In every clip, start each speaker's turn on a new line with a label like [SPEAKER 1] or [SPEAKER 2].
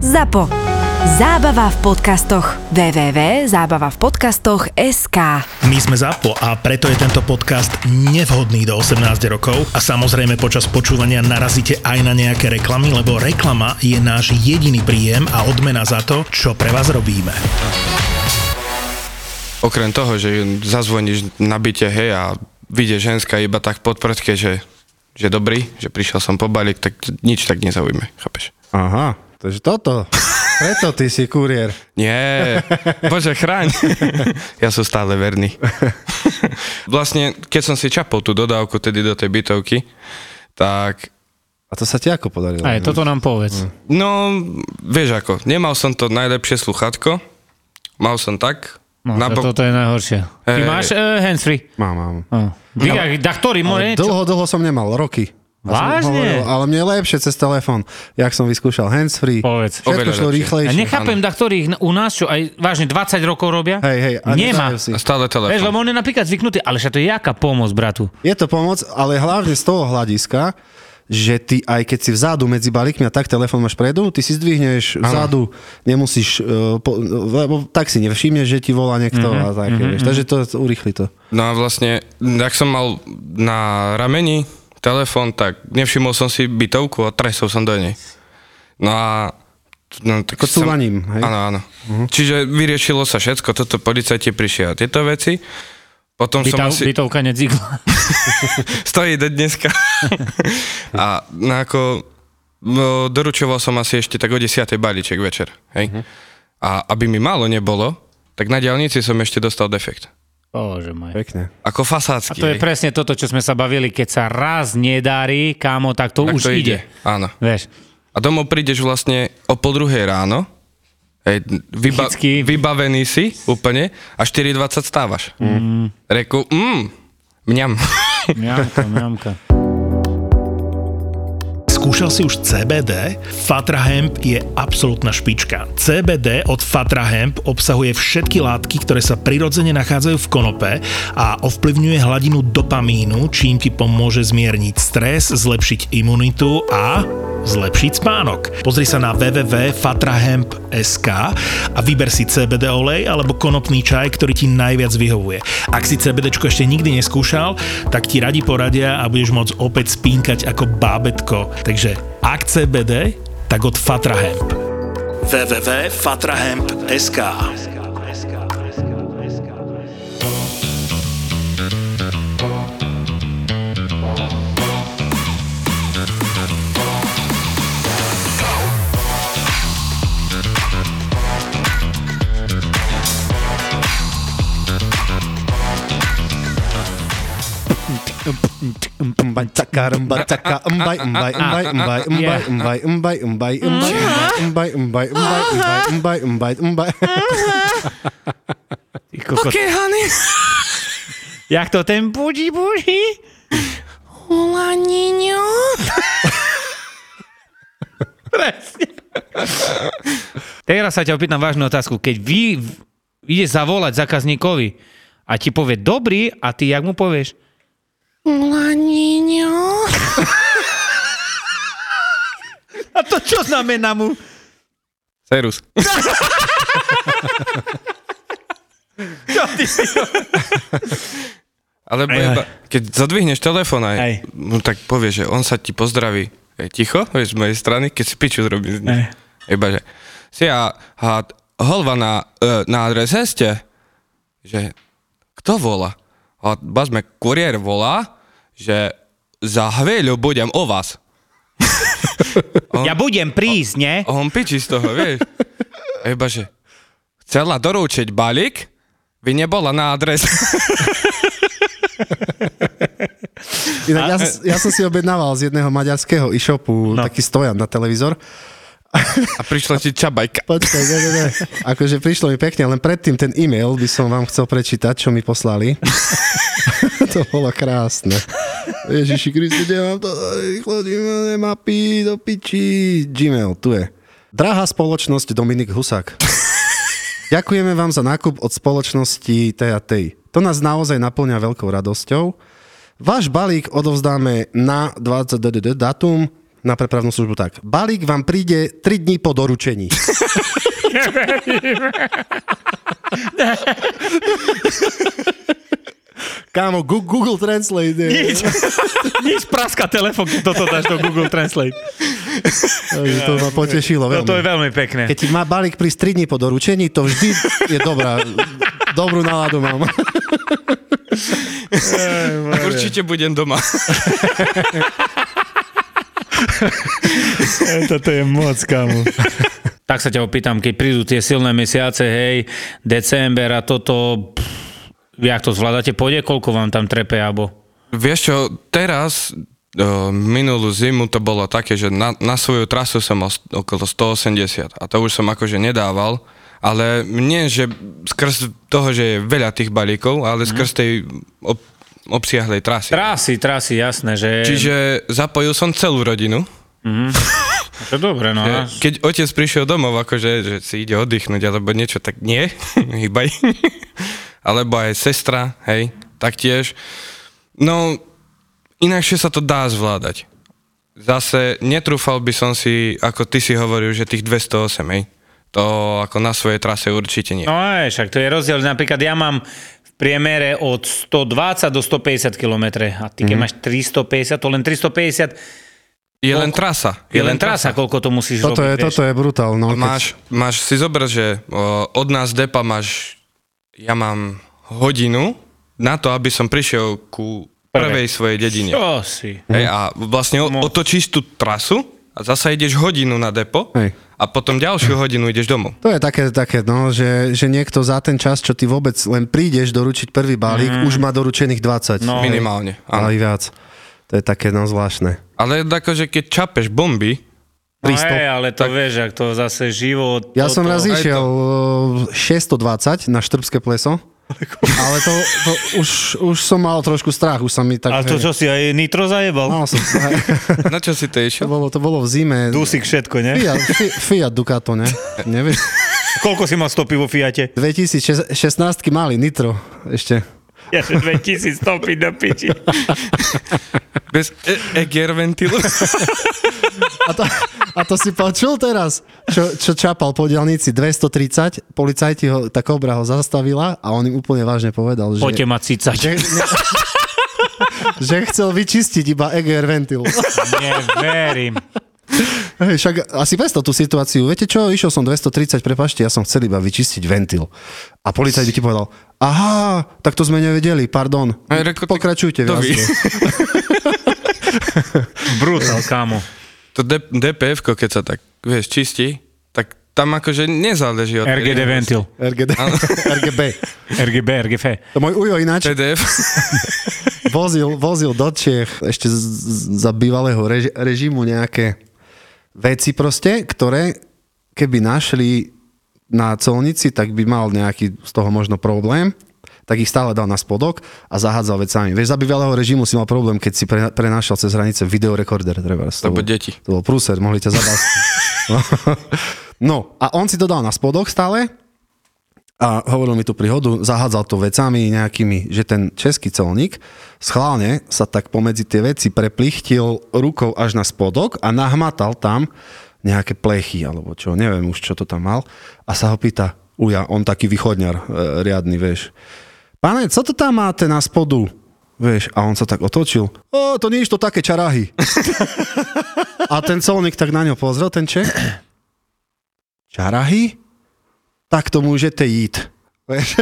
[SPEAKER 1] ZAPO. Zábava v podcastoch. www.zábavavpodcastoch.sk
[SPEAKER 2] My sme ZAPO a preto je tento podcast nevhodný do 18 rokov a samozrejme počas počúvania narazíte aj na nejaké reklamy, lebo reklama je náš jediný príjem a odmena za to, čo pre vás robíme.
[SPEAKER 3] Okrem toho, že zazvoníš na byte, hej, a vyjde ženská iba tak pod prdke, že, že dobrý, že prišiel som po balík, tak t- nič tak nezaujme, chápeš?
[SPEAKER 4] Aha, takže toto. Preto ty si kuriér.
[SPEAKER 3] Nie, bože, chráň. ja som stále verný. vlastne, keď som si čapol tú dodávku tedy do tej bytovky, tak
[SPEAKER 4] A to sa ti ako podarilo?
[SPEAKER 5] Aj, toto nám povedz.
[SPEAKER 3] No, vieš ako, nemal som to najlepšie sluchátko, mal som tak,
[SPEAKER 5] No,
[SPEAKER 3] na
[SPEAKER 5] to,
[SPEAKER 3] bok-
[SPEAKER 5] toto je najhoršie.
[SPEAKER 3] Hej.
[SPEAKER 5] Ty máš uh, handsfree?
[SPEAKER 4] Mám, mám.
[SPEAKER 5] No. Vy, ak- da, ktorý môj?
[SPEAKER 4] Ale dlho, dlho som nemal, roky. A som
[SPEAKER 5] Vážne?
[SPEAKER 4] Hovoril, ale mne je lepšie cez telefón. Jak som vyskúšal handsfree,
[SPEAKER 5] Povedz.
[SPEAKER 4] všetko
[SPEAKER 3] Oveľa
[SPEAKER 4] šlo
[SPEAKER 3] lepšie.
[SPEAKER 5] Ja
[SPEAKER 4] rýchlejšie.
[SPEAKER 5] nechápem, da, ktorých u nás, čo aj vážne 20 rokov robia,
[SPEAKER 4] Hej, hej, a
[SPEAKER 5] nemá.
[SPEAKER 4] neznajú si.
[SPEAKER 3] a stále
[SPEAKER 5] Vieš, lebo
[SPEAKER 3] telefón.
[SPEAKER 5] on je napríklad zvyknutý, ale však to je jaká pomoc, bratu.
[SPEAKER 4] Je to pomoc, ale hlavne z toho hľadiska, že ty aj keď si vzadu medzi balíkmi a tak telefón máš predu, ty si zdvihneš vzadu, nemusíš, eh, po, lebo tak si nevšimneš, že ti volá niekto
[SPEAKER 5] Mhm,
[SPEAKER 4] a tak, vieš. Takže to to urýchli to.
[SPEAKER 3] No a vlastne, ak som mal na rameni telefón, tak nevšimol som si bytovku a tresol som do nej. No a... No, tak
[SPEAKER 4] Ako cúvaním, hej?
[SPEAKER 3] Áno, áno. Uh-huh. Čiže vyriešilo sa všetko, toto policajti prišli a tieto veci. Potom som
[SPEAKER 5] Bytov,
[SPEAKER 3] asi...
[SPEAKER 5] Bytovka nedzikla.
[SPEAKER 3] Stojí do dneska. a no ako, no, doručoval som asi ešte tak o 10. balíček večer. Hej? A aby mi málo nebolo, tak na diálnici som ešte dostal defekt.
[SPEAKER 5] Bože môj.
[SPEAKER 4] Pekne.
[SPEAKER 3] Ako fasádsky.
[SPEAKER 5] To je
[SPEAKER 3] hej.
[SPEAKER 5] presne toto, čo sme sa bavili, keď sa raz nedarí, kámo, tak to
[SPEAKER 3] Tak
[SPEAKER 5] už
[SPEAKER 3] to
[SPEAKER 5] ide.
[SPEAKER 3] Áno.
[SPEAKER 5] Vieš,
[SPEAKER 3] A domov prídeš vlastne o pol druhej ráno, hej, vyba-
[SPEAKER 5] Chytky.
[SPEAKER 3] vybavený si úplne a 4.20 stávaš. Mm. Reku, mm, mňam.
[SPEAKER 5] mňamka, mňamka.
[SPEAKER 2] Skúšal si už CBD? Fatrahemp je absolútna špička. CBD od Fatrahemp obsahuje všetky látky, ktoré sa prirodzene nachádzajú v konope a ovplyvňuje hladinu dopamínu, čím ti pomôže zmierniť stres, zlepšiť imunitu a zlepšiť spánok. Pozri sa na www.fatrahemp.sk a vyber si CBD olej alebo konopný čaj, ktorý ti najviac vyhovuje. Ak si CBD ešte nikdy neskúšal, tak ti radi poradia a budeš môcť opäť spínkať ako bábetko. Takže ak CBD, tak od Fatrahemp. www.fatrahemp.sk
[SPEAKER 4] Mbaj, caka, rmbaj, caka, mbaj, mbaj, mbaj, mbaj, mbaj, mbaj, mbaj, mbaj, mbaj, mbaj, mbaj, mbaj, mbaj, mbaj, mbaj.
[SPEAKER 5] Ty kokos.
[SPEAKER 3] Okay, honey.
[SPEAKER 5] Jak to ten buži buži? Hola, niño. Presne. Teraz sa ťa opýtam vážnu otázku. Keď vy v- ide zavolať zákazníkovi a ti povie dobrý a ty jak mu povieš? Hola, niño. A to čo znamená mu?
[SPEAKER 3] Serus.
[SPEAKER 5] Čo ty si?
[SPEAKER 3] Alebo
[SPEAKER 5] Aj,
[SPEAKER 3] iba, keď zadvihneš telefón aj,
[SPEAKER 5] Aj.
[SPEAKER 3] mu tak povie, že on sa ti pozdraví. Je ticho, vieš, z mojej strany, keď si piču zrobí z nej. Iba, že si ja, a holva na, e, na adrese ste, že kto volá? A bazme, kuriér volá, že za chvíľu budem o vás.
[SPEAKER 5] Ja budem prísť, ne?
[SPEAKER 3] A on pičí z toho, vieš. A iba, že chcela doručiť balík, by nebola na adrese.
[SPEAKER 4] Inak ja, s- ja som si objednával z jedného maďarského e-shopu taký stojan na televízor.
[SPEAKER 3] A prišla ti čabajka.
[SPEAKER 4] Počkaj, ne, ne, ne. Akože prišlo mi pekne, len predtým ten e-mail by som vám chcel prečítať, čo mi poslali. to bolo krásne. Ježiši Kriste, kde mám to? Chodím, mapy, do piči. Gmail, tu je. Drahá spoločnosť Dominik Husák. Ďakujeme vám za nákup od spoločnosti TAT. To nás naozaj naplňa veľkou radosťou. Váš balík odovzdáme na 20 d- d- d- datum na prepravnú službu tak. Balík vám príde 3 dní po doručení. Kámo, Gu- Google Translate. je-
[SPEAKER 5] Nič, nič praska telefon, keď toto dáš do Google Translate.
[SPEAKER 4] Takže to ma potešilo
[SPEAKER 5] No
[SPEAKER 4] veľmi.
[SPEAKER 5] to je veľmi pekné.
[SPEAKER 4] Keď ti má balík prísť 3 dní po doručení, to vždy je dobrá. Dobrú náladu mám.
[SPEAKER 3] Určite budem doma.
[SPEAKER 5] Toto je moc, kámo. Tak sa ťa opýtam, keď prídu tie silné mesiace, hej, december a toto, pff, jak to zvládate pôjde, koľko vám tam trepe, alebo?
[SPEAKER 3] Vieš čo, teraz o, minulú zimu to bolo také, že na, na svoju trasu som mal st- okolo 180 a to už som akože nedával, ale nie, že skrz toho, že je veľa tých balíkov, ale skrz tej ob, obsiahlej trasy.
[SPEAKER 5] Trasy, trasy, jasné, že...
[SPEAKER 3] Čiže zapojil som celú rodinu.
[SPEAKER 5] To dobre, no. a-
[SPEAKER 3] Keď otec prišiel domov, akože že si ide oddychnúť alebo niečo, tak nie, hýbaj. alebo aj sestra, hej, taktiež. No, inakšie sa to dá zvládať. Zase netrúfal by som si, ako ty si hovoril, že tých 208, hej. To ako na svojej trase určite nie.
[SPEAKER 5] No aj, však to je rozdiel. Napríklad ja mám v priemere od 120 do 150 km a ty
[SPEAKER 4] Mhm.
[SPEAKER 5] keď máš 350, to len 350
[SPEAKER 3] je len trasa.
[SPEAKER 5] je len trasa, koľko to musíš
[SPEAKER 4] Toto
[SPEAKER 5] robiť.
[SPEAKER 4] je, toto je brutál. No,
[SPEAKER 3] Máš, máš, si zober, že o, od nás depa máš, ja mám hodinu na to, aby som prišiel ku prvej svojej dedine.
[SPEAKER 5] Čo si?
[SPEAKER 3] Hej, a vlastne o,
[SPEAKER 5] Mo-
[SPEAKER 3] otočíš tú trasu a zasa ideš hodinu na depo
[SPEAKER 4] Hej.
[SPEAKER 3] a potom ďalšiu hodinu ideš domov.
[SPEAKER 4] To je také, také no, že, že niekto za ten čas, čo ty vôbec len prídeš doručiť prvý balík, mm. už má doručených 20.
[SPEAKER 5] Mhm. No.
[SPEAKER 4] Hej.
[SPEAKER 3] Minimálne, áno.
[SPEAKER 4] Ale i viac. To je také, no, zvláštne.
[SPEAKER 3] Ale akože keď čapeš bomby,
[SPEAKER 5] No hej, ale to
[SPEAKER 3] Tak-
[SPEAKER 5] vieš, ak to zase život.
[SPEAKER 4] Ja
[SPEAKER 5] toto.
[SPEAKER 4] som raz
[SPEAKER 3] aj
[SPEAKER 4] išiel eh, 620 na Štrbské pleso, ale to, to už, už som mal trošku strach, už sa mi tak...
[SPEAKER 5] A to čo si aj nitro zajebal?
[SPEAKER 4] Mal som,
[SPEAKER 3] na čo si to
[SPEAKER 4] to,
[SPEAKER 3] išiel?
[SPEAKER 4] bolo, to bolo v zime.
[SPEAKER 5] Dusík všetko, ne?
[SPEAKER 4] Fiat, Fi- Fiat Ducato, ne? Nevieš?
[SPEAKER 5] Koľko si mal stopy vo Fiate?
[SPEAKER 4] 2016 mali Nitro ešte.
[SPEAKER 5] Ja že 2000 stopy do piči.
[SPEAKER 3] Bez e- eger ventilu?
[SPEAKER 4] A to, a to si počul teraz, čo, čo čapal po dielnici 230, policajti ho, tá kobra ho zastavila a on im úplne vážne povedal, že...
[SPEAKER 5] Poďte ma cicať.
[SPEAKER 4] Že, ne, že chcel vyčistiť iba EGR ventil.
[SPEAKER 5] Neverím.
[SPEAKER 4] Hej, Však asi bez tú situáciu. Viete čo, išiel som 230, prepašte, ja som chcel iba vyčistiť ventil. A policajt by ti povedal, aha, tak to sme nevedeli, pardon.
[SPEAKER 3] Aj reko, tak
[SPEAKER 4] Pokračujte.
[SPEAKER 3] to
[SPEAKER 4] v
[SPEAKER 3] ví.
[SPEAKER 4] jazde."
[SPEAKER 5] Brutál, kámo.
[SPEAKER 3] To D- dpf keď sa tak, vieš, čistí, tak tam akože nezáleží od...
[SPEAKER 5] RGD ventil.
[SPEAKER 4] RGD, RGB.
[SPEAKER 5] RGB, RGF.
[SPEAKER 4] To môj ujo ináč
[SPEAKER 3] TDF.
[SPEAKER 4] vozil, vozil do Čech ešte z, z- za bývalého reži, režimu nejaké veci proste, ktoré keby našli na colnici, tak by mal nejaký z toho možno problém tak ich stále dal na spodok a zahádzal vecami. Vieš, za bývalého režimu si mal problém, keď si pre, prenášal cez hranice videorekorder. Treba,
[SPEAKER 3] To boli deti.
[SPEAKER 4] To bol prúser, mohli ťa zabásť. no a on si to dal na spodok stále a hovoril mi tú príhodu, zahádzal to vecami nejakými, že ten český colník schválne sa tak pomedzi tie veci preplichtil rukou až na spodok a nahmatal tam nejaké plechy alebo čo, neviem už čo to tam mal a sa ho pýta, uja, on taký východňar, e, riadny, vieš. Pane, co to tam máte na spodu? Vieš, a on sa tak otočil. O, to nie je to také čarahy. a ten colník tak na ňo pozrel, ten Čech. Čarahy? tak to môžete jít. Vieš,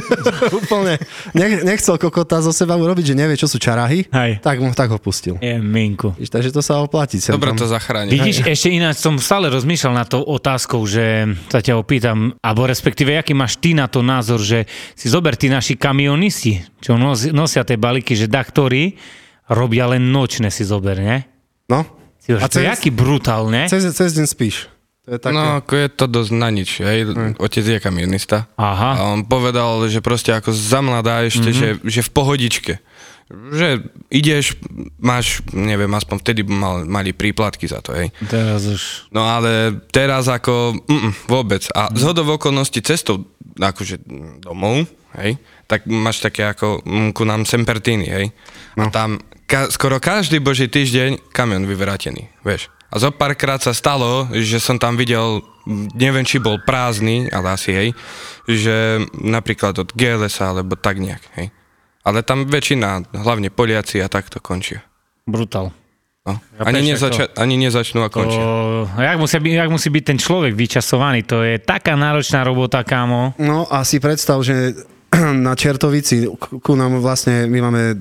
[SPEAKER 4] Úplne. Nech, nechcel kokota zo seba urobiť, že nevie, čo sú čarahy.
[SPEAKER 5] Hej.
[SPEAKER 4] Tak, mu- tak ho pustil.
[SPEAKER 5] Je minku.
[SPEAKER 4] Víš, takže to sa oplatí. sem
[SPEAKER 3] Dobre
[SPEAKER 4] tam.
[SPEAKER 3] to zachráni.
[SPEAKER 5] Vidíš, ešte ináč som stále rozmýšľal nad tou otázkou, že sa ťa opýtam, alebo respektíve, aký máš ty na to názor, že si zober tí naši kamionisti, čo nos, nosia tie balíky, že da ktorí robia len nočné si zober, ne?
[SPEAKER 4] No.
[SPEAKER 5] Si
[SPEAKER 4] A
[SPEAKER 5] hovoríš, to je
[SPEAKER 4] cez-
[SPEAKER 5] aký brutál, ne?
[SPEAKER 4] Cez, cez deň spíš. To je také.
[SPEAKER 3] No, ako je to dosť na nič, hej. Otec je kamionista.
[SPEAKER 5] Aha.
[SPEAKER 3] A on povedal, že proste ako za mladá ešte, mm-hmm. že, že v pohodičke. Že ideš, máš, neviem, aspoň vtedy mal, mali príplatky za to, hej.
[SPEAKER 5] Teraz už.
[SPEAKER 3] No ale teraz ako, mm, vôbec. A z hodov okolností cestou, akože mm, domov, hej, tak máš také ako, mm, ku nám Sempertini, hej. No. A tam ka- skoro každý boží týždeň kamion vyvrátený, vieš. A A zo párkrát sa stalo, že som tam videl, m, neviem či bol prázdny, ale asi hej, že napríklad od GLS alebo tak nejak, hej. Ale tam väčšina, hlavne Poliaci a takto končia.
[SPEAKER 5] Brutál.
[SPEAKER 3] No.
[SPEAKER 5] Ja
[SPEAKER 3] Ani,
[SPEAKER 5] prečo
[SPEAKER 3] nezača- ani nezačnú a
[SPEAKER 5] To,
[SPEAKER 3] končia.
[SPEAKER 5] a jak, musia byť, jak musí byť ten človek vyčasovaný, to je taká náročná robota, kámo.
[SPEAKER 4] No a si predstav, že na Čertovici, ku- ku nám vlastne, my máme e,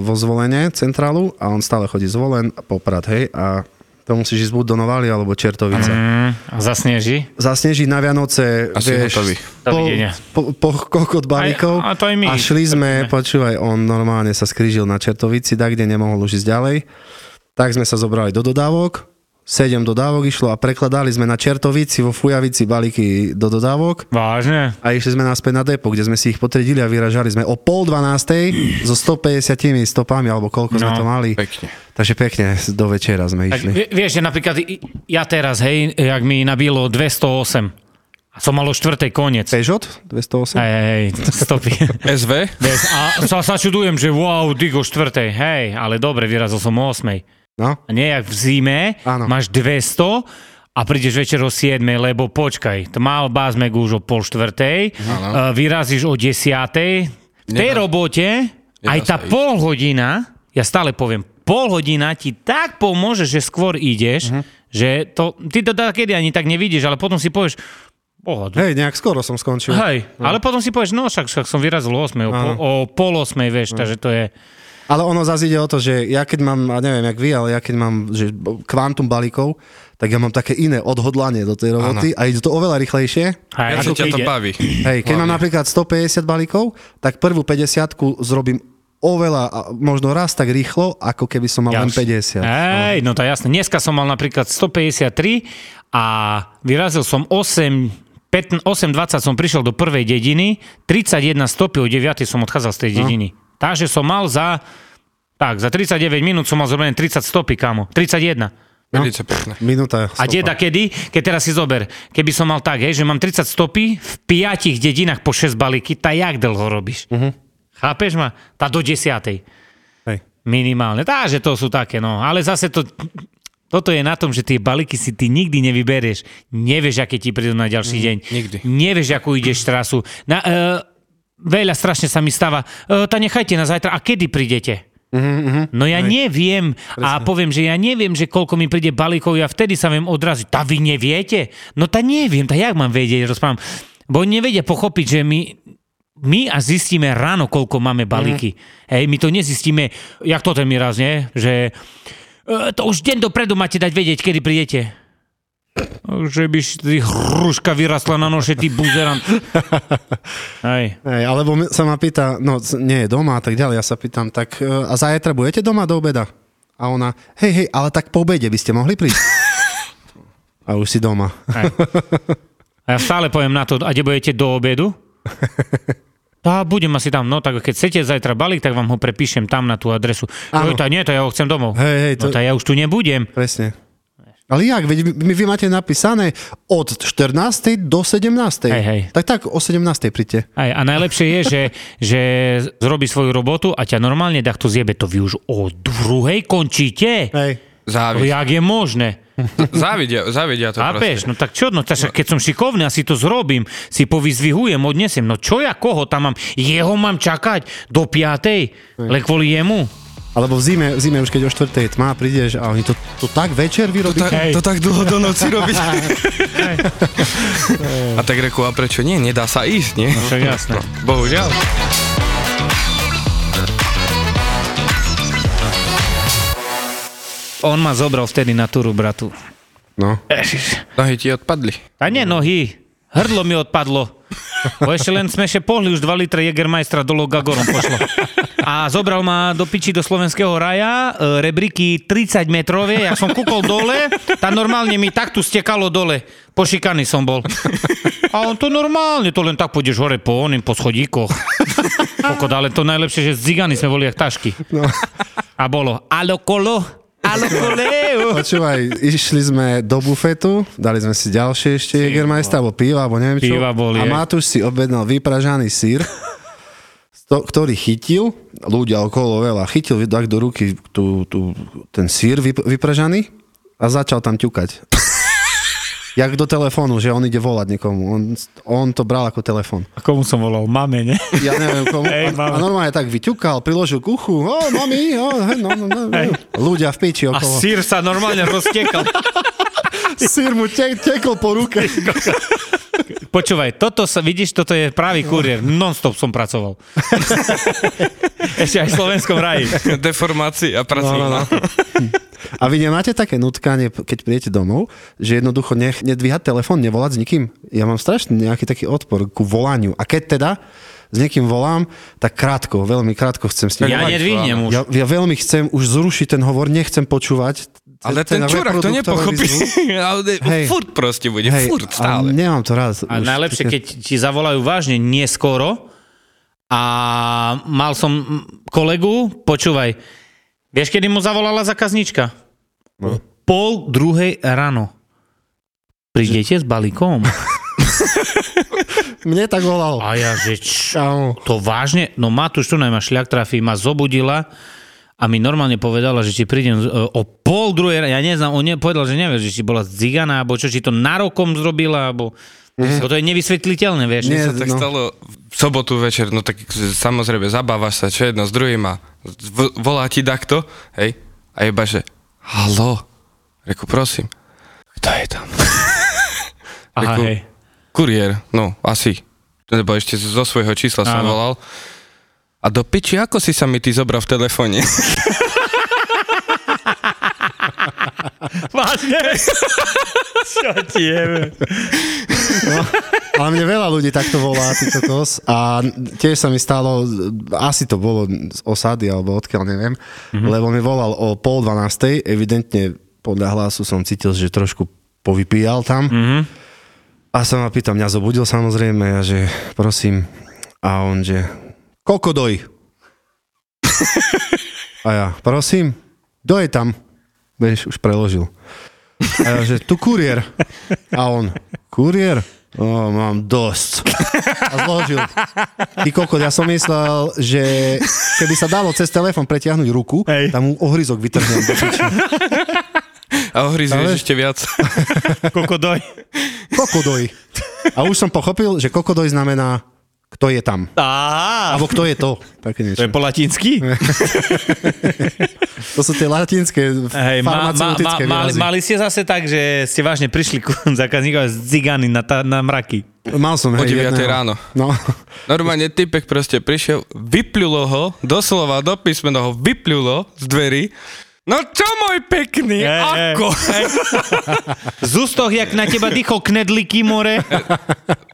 [SPEAKER 4] vo zvolenie centrálu a on stále chodí zvolen a poprad, hej, a to musíš ísť buď do Novaly alebo Čertovice.
[SPEAKER 5] Mm, a zasneží.
[SPEAKER 4] Zasneží na Vianoce,
[SPEAKER 3] Asi
[SPEAKER 4] vieš,
[SPEAKER 3] hotový.
[SPEAKER 4] po,
[SPEAKER 5] Dovidenia.
[SPEAKER 4] po, po kokot balíkov
[SPEAKER 5] Aj- a to aj my.
[SPEAKER 4] a šli sme, počúvaj, on normálne sa skrížil na Čertovici, tak kde nemohol už ísť ďalej, tak sme sa zobrali do dodávok, sedem dodávok išlo a prekladali sme na Čertovici vo Fujavici balíky do dodávok
[SPEAKER 5] Vážne?
[SPEAKER 4] a išli sme naspäť na depo, kde sme si ich potredili a vyražali sme o pol dvanástej so 150 stopami, alebo koľko sme
[SPEAKER 5] No,
[SPEAKER 4] to mali.
[SPEAKER 3] Pekne.
[SPEAKER 4] Takže pekne, do večera sme
[SPEAKER 5] Tak,
[SPEAKER 4] išli.
[SPEAKER 5] vie- vieš, že napríklad i- ja teraz, hej, jak mi nabilo 208. A som mal o štvrtej koniec.
[SPEAKER 4] Peugeot 208?
[SPEAKER 5] Hej, hej, hej, stopy.
[SPEAKER 3] SV?
[SPEAKER 5] Vieš, a sa, sa čudujem, že wow, dig o štvrtej, hej, ale dobre, vyrazil som o osmej.
[SPEAKER 4] No,
[SPEAKER 5] A nie jak v zime,
[SPEAKER 4] Áno.
[SPEAKER 5] máš 200 a prídeš večer o 7, lebo počkaj, t- mal bázmek už o pol štvrtej, e, vyrazíš o 10. V tej
[SPEAKER 3] Nedá-
[SPEAKER 5] robote aj
[SPEAKER 3] sa
[SPEAKER 5] tá
[SPEAKER 3] ísť.
[SPEAKER 5] pol hodina, ja stále poviem, pol hodina ti tak pomôže, že skôr ideš,
[SPEAKER 3] Mhm.
[SPEAKER 5] že to, ty to teda kedy ani tak nevidíš, ale potom si povieš, boha,
[SPEAKER 4] hej, nejak skoro som skončil.
[SPEAKER 5] Hej, ale potom si povieš, no však, však som vyrazil o 8, o, po, o pol 8, vieš,
[SPEAKER 3] No.
[SPEAKER 5] takže to je...
[SPEAKER 4] Ale ono zase ide o to, že ja keď mám, a neviem jak vy, ale ja keď mám že b- kvantum balíkov, tak ja mám také iné odhodlanie do tej roboty ano. a ide to oveľa rýchlejšie.
[SPEAKER 5] Hej,
[SPEAKER 3] Ja
[SPEAKER 5] ako
[SPEAKER 3] sa ťa to
[SPEAKER 5] ide.
[SPEAKER 3] baví.
[SPEAKER 4] Hej, keď mám napríklad 150 balíkov, tak prvú 50 zrobím oveľa, a možno raz tak rýchlo, ako keby som mal len 50.
[SPEAKER 5] Hej, no to je jasné. Dneska som mal napríklad 153 a vyrazil som 8, 15, 8.20 som prišiel do prvej dediny, 31 stopy, o 9 som odchádzal z tej dediny. Takže som mal za, tak, za 39 minút som mal zrobené 30 stopy, kamo. 31.
[SPEAKER 3] Velice pekné.
[SPEAKER 4] Minúta.
[SPEAKER 5] A
[SPEAKER 4] stopa.
[SPEAKER 5] deda kedy? Keď teraz si zober, keby som mal tak, hej, že mám 30 stopy, v 5 dedinách po 6 balíky, tá jak dlho robíš? Uh-huh. Chápeš ma? Tá do 10.
[SPEAKER 4] Hej.
[SPEAKER 5] Minimálne. Takže to sú také, no. Ale zase to... Toto je na tom, že tie balíky si ty nikdy nevyberieš. Nevieš, aké ti prídu na ďalší deň.
[SPEAKER 3] nikdy.
[SPEAKER 5] Nevieš, akú ideš trasu. Na, e, veľa strašne sa mi stáva. E, tá nechajte na zajtra. A kedy prídete? No ja neviem a poviem, že ja neviem, že koľko mi príde balíkov, ja vtedy sa viem odraziť. Tá vy neviete? No tá neviem, tá jak mám vedieť, rozprávam. Bo oni nevedia pochopiť, že my, my a zistíme ráno, koľko máme balíky. Hej, my to nezistíme, jak to ten mi raz, nie? Že e, to už deň dopredu máte dať vedieť, kedy prídete. Že by si ty hruška vyrastla na nože, ty buzerant. Hej.
[SPEAKER 4] Hej, alebo mi- sa ma pýta, no c- nie je doma a tak ďalej, ja sa pýtam, tak e, a zajtra budete doma do obeda? A ona, hej, hej, ale tak po obede by ste mohli prísť. a už si doma.
[SPEAKER 5] A ja stále poviem na to, a kde budete do obedu? Tá, budem asi tam. No tak keď chcete zajtra balík, tak vám ho prepíšem tam na tú adresu.
[SPEAKER 4] Áno.
[SPEAKER 5] Áno. Tá, nie, to ja ho chcem domov.
[SPEAKER 4] Hej, hej,
[SPEAKER 5] to... No
[SPEAKER 4] to-
[SPEAKER 5] tá, ja už tu nebudem.
[SPEAKER 4] Presne. Ale jak? Veď vy- vy, vy máte napísané od 14. do 17.
[SPEAKER 5] Hej, hej.
[SPEAKER 4] Tak tak, o 17. príďte.
[SPEAKER 5] Aj, a najlepšie je, že, že zrobí svoju robotu a ťa normálne takto zjebe. To vy už o druhej končíte?
[SPEAKER 4] Hej.
[SPEAKER 5] To
[SPEAKER 3] Závidia,
[SPEAKER 5] Jak je možné?
[SPEAKER 3] závidia, závidia to proste.
[SPEAKER 5] Chápeš? No tak čo, no tak však keď som šikovný a si to zrobím, si povyzvihujem, odnesem, no čo ja, koho tam mám? Jeho mám čakať do piatej, le kvôli jemu.
[SPEAKER 4] Alebo v zime, v zime už keď o 4. je tma prídeš a oni to, to tak večer vyrobíte.
[SPEAKER 5] Hej.
[SPEAKER 3] tak dlho do noci robiť. a tak reku, a prečo nie? Nedá sa ísť, nie?
[SPEAKER 5] Však jasné.
[SPEAKER 3] Bohužiaľ.
[SPEAKER 5] On ma zobral vtedy na túru, bratu.
[SPEAKER 4] No.
[SPEAKER 3] Nohy ti odpadli.
[SPEAKER 5] A nie nohy, hrdlo mi odpadlo. Bo ešte len sme ešte pohli už 2 litre Jägermeistera dolo Gagorom pošlo. A zobral ma do piči do slovenského raja, e, rebríky 30 metrové, ja som kúkol dole, tá normálne mi takto stekalo dole. Pošikaný som bol. A on to normálne, to len tak pôjdeš hore po oným, po schodíkoch. Kokot, ale to najlepšie, že zigani sme boli jak tašky. A bolo, alo kolo, alo koleo.
[SPEAKER 4] Počúvaj, išli sme do bufetu, dali sme si ďalšie ešte Jägermeister, alebo piva, alebo neviem čo.
[SPEAKER 5] Piva
[SPEAKER 4] a
[SPEAKER 5] boli, hej.
[SPEAKER 4] Matúš si objednal vypražaný sír, to, ktorý chytil, ľudia okolo veľa, chytil tak do ruky tú, tú, ten sír vyp- vypražaný a začal tam ťukať. Jak do telefónu, že on ide volať niekomu. On, on to bral ako telefón.
[SPEAKER 5] A komu som volal? Mame, ne?
[SPEAKER 4] Ja neviem komu. a,
[SPEAKER 5] Hej,
[SPEAKER 4] a
[SPEAKER 5] mama.
[SPEAKER 4] normálne tak vyťukal, priložil k uchu. O, mami, o, hej, no, no, no, no. Ľudia v piči
[SPEAKER 5] A
[SPEAKER 4] okolo.
[SPEAKER 5] sír sa normálne roztekal.
[SPEAKER 4] Sír mu te, tekol po ruke.
[SPEAKER 5] Počúvaj, toto sa, vidíš, toto je pravý kurier. Non-stop som pracoval. Ešte aj v slovenskom raji.
[SPEAKER 3] Deformácii a prací. No, no, no.
[SPEAKER 4] A vy nemáte také nutkanie, keď prídete domov, že jednoducho nech, nedvíhať telefón, nevolať s nikým? Ja mám strašný nejaký taký odpor ku volaniu. A keď teda s niekým volám, tak krátko, veľmi krátko chcem s ním
[SPEAKER 5] Ja
[SPEAKER 4] volať.
[SPEAKER 5] nedvihnem už.
[SPEAKER 4] Ja, ja veľmi chcem už zrušiť ten hovor, nechcem počúvať.
[SPEAKER 3] Ale ten čurak to
[SPEAKER 4] reproduktorový
[SPEAKER 3] nepochopí.
[SPEAKER 4] zvuk.
[SPEAKER 3] Ale
[SPEAKER 4] Hej.
[SPEAKER 3] Furt proste bude,
[SPEAKER 4] Hej,
[SPEAKER 3] furt
[SPEAKER 4] a
[SPEAKER 3] stále.
[SPEAKER 4] nemám to rád.
[SPEAKER 5] A najlepšie, keď ti zavolajú vážne neskoro a mal som kolegu, počúvaj, vieš, kedy mu zavolala zákaznička?
[SPEAKER 4] No.
[SPEAKER 5] Pol druhej ráno. Prídete s balíkom?
[SPEAKER 4] Mne tak volal.
[SPEAKER 5] A ja, že č-
[SPEAKER 4] Čau.
[SPEAKER 5] to vážne? No Matúš, tu najma šľak trafí, ma zobudila a mi normálne povedala, že či prídem z- o pol druhej, ja neznám, on ne, povedal, že nevie, že či bola ziganá, alebo čo, či to narokom zrobila, alebo... Mm. To je nevysvetliteľné,
[SPEAKER 4] Mhm.
[SPEAKER 5] vieš.
[SPEAKER 4] Nie,
[SPEAKER 3] sa tak
[SPEAKER 4] no.
[SPEAKER 3] stalo v sobotu večer, no tak samozrejme zabávaš sa, čo jedno s druhým a v- volá ti takto, hej, a iba, že halo, reku prosím, kto je tam?
[SPEAKER 5] Aha,
[SPEAKER 3] Reku,
[SPEAKER 5] hej.
[SPEAKER 3] Kuriér, no asi, lebo ešte zo svojho čísla som
[SPEAKER 5] Áno.
[SPEAKER 3] volal. A do piči, ako si sa mi ty zobral v telefóne?
[SPEAKER 5] Vážne? Čo ti je?
[SPEAKER 4] Ale mne veľa ľudí takto volá, ty kokos. A tiež sa mi stalo, asi to bolo z osady, alebo odkiaľ, neviem, mm-hmm. lebo mi volal o pol dvanástej, evidentne podľa hlasu som cítil, že trošku povypíjal tam. Mm-hmm. A sa ma pýta, mňa zobudil samozrejme, a že prosím, a on že, kokodoj. a ja, prosím, kto je tam? Vieš, už preložil. A ja, že tu kuriér. A on, kuriér? O, mám dosť. A zložil. Ty kokot, ja som myslel, že keby sa dalo cez telefón pretiahnuť ruku, Hej.
[SPEAKER 5] Hej.
[SPEAKER 4] tam mu ohryzok vytrhnem. do piči.
[SPEAKER 3] A
[SPEAKER 4] Ale-
[SPEAKER 3] ohryzuješ ešte viac.
[SPEAKER 5] Kokodoj.
[SPEAKER 4] Kokodoj. A už som pochopil, že kokodoj znamená, kto je tam.
[SPEAKER 5] Á,
[SPEAKER 4] Alebo kto je to. Také
[SPEAKER 5] to
[SPEAKER 4] niečo.
[SPEAKER 5] je po latinsky?
[SPEAKER 4] To sú tie latinské
[SPEAKER 5] Hej, ma, ma, ma,
[SPEAKER 4] farmaceutické
[SPEAKER 5] mali,
[SPEAKER 4] výrazy.
[SPEAKER 5] mali ste zase tak, že ste vážne prišli ku zákazníkovi z cigany na, tá, na mraky.
[SPEAKER 4] Mal som,
[SPEAKER 3] O
[SPEAKER 4] hej,
[SPEAKER 3] 9:00
[SPEAKER 4] jedného.
[SPEAKER 3] ráno.
[SPEAKER 4] No,
[SPEAKER 3] Normálne typek proste prišiel, vypľulo ho, doslova do písmena ho vypľulo z dverí. No čo môj pekný,
[SPEAKER 5] Hej, hej.
[SPEAKER 3] ako?
[SPEAKER 5] Z ústoch, jak na teba dýchol knedlíky more.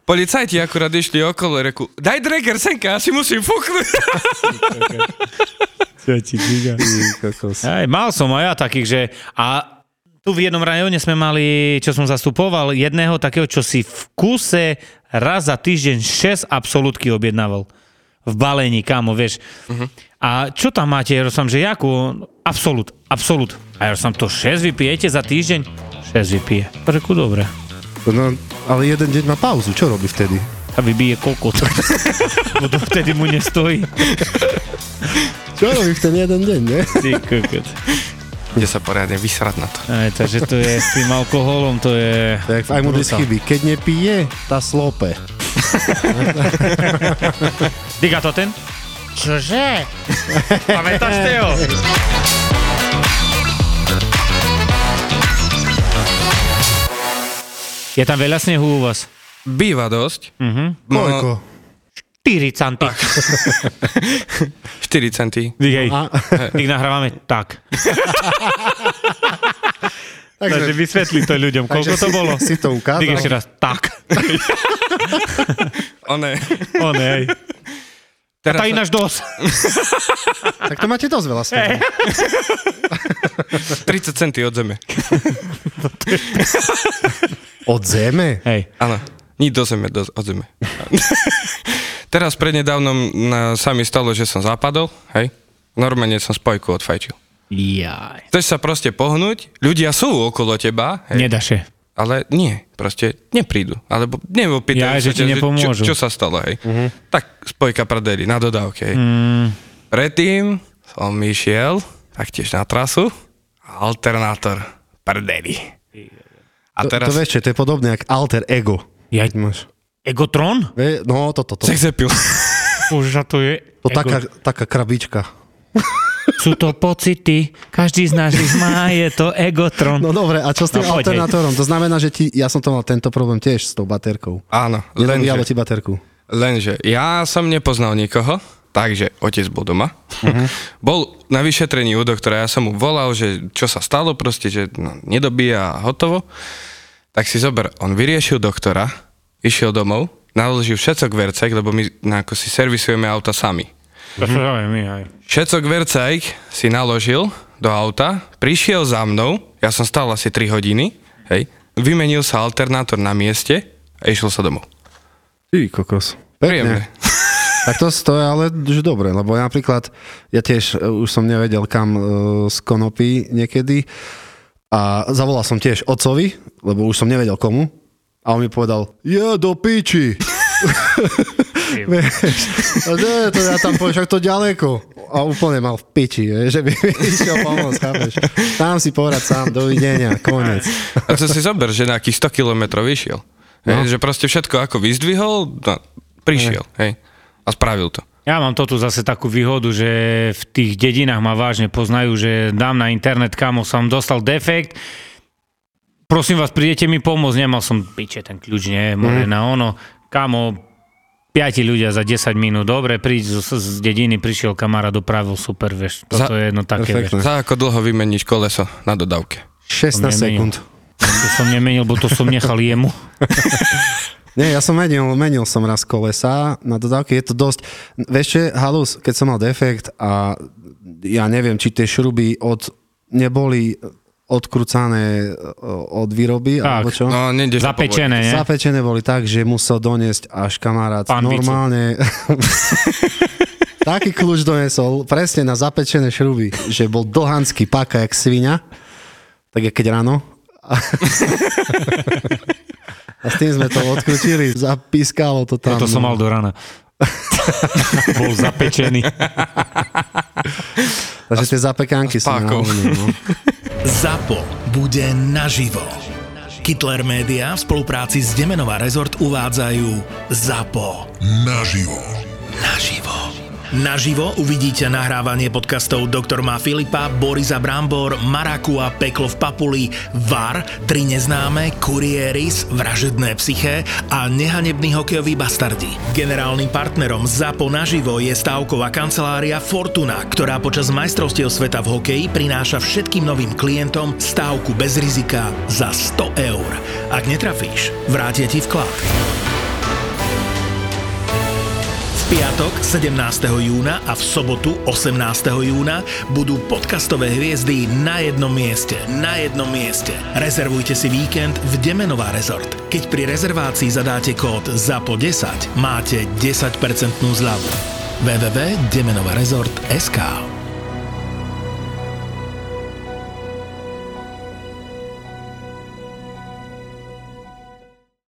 [SPEAKER 3] Policajti akurát išli okolo, reku, daj dreger senka, ja si musím fúknuť.
[SPEAKER 5] Čo ti ciga?
[SPEAKER 4] ty kokos.
[SPEAKER 5] Aj, mal som aj ja takých, že... A tu v jednom rajóne sme mali, čo som zastupoval, jedného takého, čo si v kuse raz za týždeň 6 absolútky objednával. V balení, kámo, vieš. Uh-huh. A čo tam máte? Ja som, že Jaku, absolút, absolút. A ja som, to 6 vypijete za týždeň? 6 vypije. Reku, dobre.
[SPEAKER 4] No, ale jeden deň má pauzu, čo robí vtedy?
[SPEAKER 5] A vybije kokot. Bo to vtedy mu nestojí.
[SPEAKER 4] Čo robí v ten jeden deň, ne?
[SPEAKER 5] Ty kokot.
[SPEAKER 3] Kde sa poriadne vysrať na to.
[SPEAKER 5] Aj, takže to je s tým alkoholom, to je...
[SPEAKER 4] Tak v iModis
[SPEAKER 5] Brutál.
[SPEAKER 4] chybí. Keď nepije, tá slope.
[SPEAKER 5] Diga to ten? Čože? Pamätáš Teo? Je tam veľa snehu u vás.
[SPEAKER 3] Býva dosť. Mm-hmm.
[SPEAKER 5] No.
[SPEAKER 4] Koľko?
[SPEAKER 5] 4 canty.
[SPEAKER 3] 4 centy.
[SPEAKER 5] Digej,
[SPEAKER 4] A,
[SPEAKER 5] ich nahrávame tak. Takže
[SPEAKER 4] takže,
[SPEAKER 5] vysvetli to ľuďom, koľko
[SPEAKER 4] takže
[SPEAKER 5] to
[SPEAKER 4] si-
[SPEAKER 5] bolo.
[SPEAKER 4] Si to
[SPEAKER 5] Digej ešte
[SPEAKER 4] ukázal.
[SPEAKER 5] raz, tak.
[SPEAKER 3] O ne.
[SPEAKER 5] O nej.
[SPEAKER 3] Teraz,
[SPEAKER 5] Tá ináš dos.
[SPEAKER 4] Tak to máte dosť veľa smeru.
[SPEAKER 3] 30 centy od zeme.
[SPEAKER 4] Od zeme?
[SPEAKER 5] Hej.
[SPEAKER 3] Áno. Ni do zeme, do, od zeme. Teraz prednedávnom na, sa mi stalo, že som zapadol, hej. Normálne som spojku odfajčil.
[SPEAKER 5] Jaj.
[SPEAKER 3] Chceš sa proste pohnúť, ľudia sú okolo teba, hej,
[SPEAKER 5] Nedaše.
[SPEAKER 3] ale nie, proste neprídu. Alebo
[SPEAKER 5] Jaj,
[SPEAKER 3] neopýtajú
[SPEAKER 5] že ti nepomôžu.
[SPEAKER 3] čo, čo sa stalo, hej.
[SPEAKER 4] Mhm.
[SPEAKER 3] Uh-huh. Tak spojka prdeli na dodávke, hej.
[SPEAKER 5] Mm.
[SPEAKER 3] Predtým som išiel taktiež na trasu a alternátor prdeli. A
[SPEAKER 4] To,
[SPEAKER 3] teraz...
[SPEAKER 4] to vieš čo, to je podobné ako alter ego.
[SPEAKER 5] Ja,
[SPEAKER 4] Keď máš.
[SPEAKER 5] Egotron?
[SPEAKER 4] Vie, no, toto, to, to,
[SPEAKER 3] Sex appeal.
[SPEAKER 5] Bože, to je...
[SPEAKER 4] to taká, taká krabička.
[SPEAKER 5] Sú to pocity, každý z nás ich má, je to Egotron.
[SPEAKER 4] No dobre, a čo s tým
[SPEAKER 5] No, poď, hej.
[SPEAKER 4] alternátorom? To znamená, že ti, ja som to mal tento problém tiež s tou baterkou.
[SPEAKER 3] Áno,
[SPEAKER 4] Nerobí ale
[SPEAKER 3] lenže,
[SPEAKER 4] ti baterku.
[SPEAKER 3] lenže ja som nepoznal nikoho, takže otec bol doma. Bol na vyšetrení u doktora, ja som mu volal, že čo sa stalo proste, že no, nedobíja a hotovo. Tak si zober, on vyriešil doktora, išiel domov, naložil všetok vercek, lebo my no, ako si servisujeme auta sami. Všetok vercajk si naložil do auta, prišiel za mnou, ja som stál asi 3 hodiny, hej, vymenil sa alternátor na mieste a išiel sa domov.
[SPEAKER 4] Ty kokos. Pekne.
[SPEAKER 3] Príjemne.
[SPEAKER 4] Tak to, to je ale už dobre, lebo ja napríklad, ja tiež e, už som nevedel kam e, z konopy niekedy a zavolal som tiež ocovi, lebo už som nevedel komu a on mi povedal, je do piči. Vieš, a to je to, ja tam poviem, však to ďaleko. A úplne mal v piči, vieš, že by mi išiel pomôcť, chápeš. Tam si porad sám, dovidenia, konec.
[SPEAKER 3] A to si zober, že na akých 100 kilometrov vyšiel. Hej, že proste všetko ako vyzdvihol, no, prišiel, hej, a spravil to.
[SPEAKER 5] Ja mám to tu zase takú výhodu, že v tých dedinách ma vážne poznajú, že dám na internet, kamo som dostal defekt, prosím vás, prídete mi pomôcť, nemal som piče, ten kľúč nie, more na ono, kamo, piati ľudia za 10 minút, dobre, príď z, z dediny, prišiel kamarát, dopravil, super, vieš,
[SPEAKER 3] Za-
[SPEAKER 5] toto je jedno také, vieš.
[SPEAKER 4] Perfektné.
[SPEAKER 3] Za ako dlho vymeníš koleso na dodávke?
[SPEAKER 4] 16
[SPEAKER 5] To mi je
[SPEAKER 4] sekúnd.
[SPEAKER 5] To som nemenil, bo to som nechal jemu.
[SPEAKER 4] Nie, ja som menil, menil som raz kolesa na dodávky, je to dosť, vieš čo, je halus, keď som mal defekt a ja neviem, či tie šruby od, neboli odkrucané e, od výroby,
[SPEAKER 5] Tak.
[SPEAKER 4] alebo čo?
[SPEAKER 3] No, nejdeš na
[SPEAKER 5] Zapečené, nie?
[SPEAKER 4] Zapečené boli tak, že musel doniesť až kamarát
[SPEAKER 5] Pán Vicu.
[SPEAKER 4] normálne... Taký kľúč donesol presne na zapečené šruby, že bol dohanský paka jak svinia, tak je keď ráno. A s tým sme to odkrutili, zapískalo to tam.
[SPEAKER 5] To som mal
[SPEAKER 4] no.
[SPEAKER 5] do rana. Bol zapečený.
[SPEAKER 4] Takže tie zapekánky sú
[SPEAKER 3] pákom.
[SPEAKER 4] náhodné, no.
[SPEAKER 2] ZAPO bude naživo. Hitler Media v spolupráci s Demenová rezort uvádzajú ZAPO. Naživo. Naživo. Naživo uvidíte nahrávanie podcastov Doktor má Filipa, Borisa Brambor, Marakua, Peklo v Papuli, VAR, Tri neznáme, Kurieris, Vražedné psyché a Nehanebný hokejový bastardi. Generálnym partnerom ZAPO naživo je stávková kancelária Fortuna, ktorá počas majstrovstiev sveta v hokeji prináša všetkým novým klientom stávku bez rizika za 100 eur. Ak netrafíš, vrátia ti vklad. V piatok 17. júna a v sobotu 18. júna budú podcastové hviezdy na jednom mieste. Na jednom mieste. Rezervujte si víkend v Demenová rezort. Keď pri rezervácii zadáte kód ZAPO10, máte 10% zľavu. www.demenovarezort.sk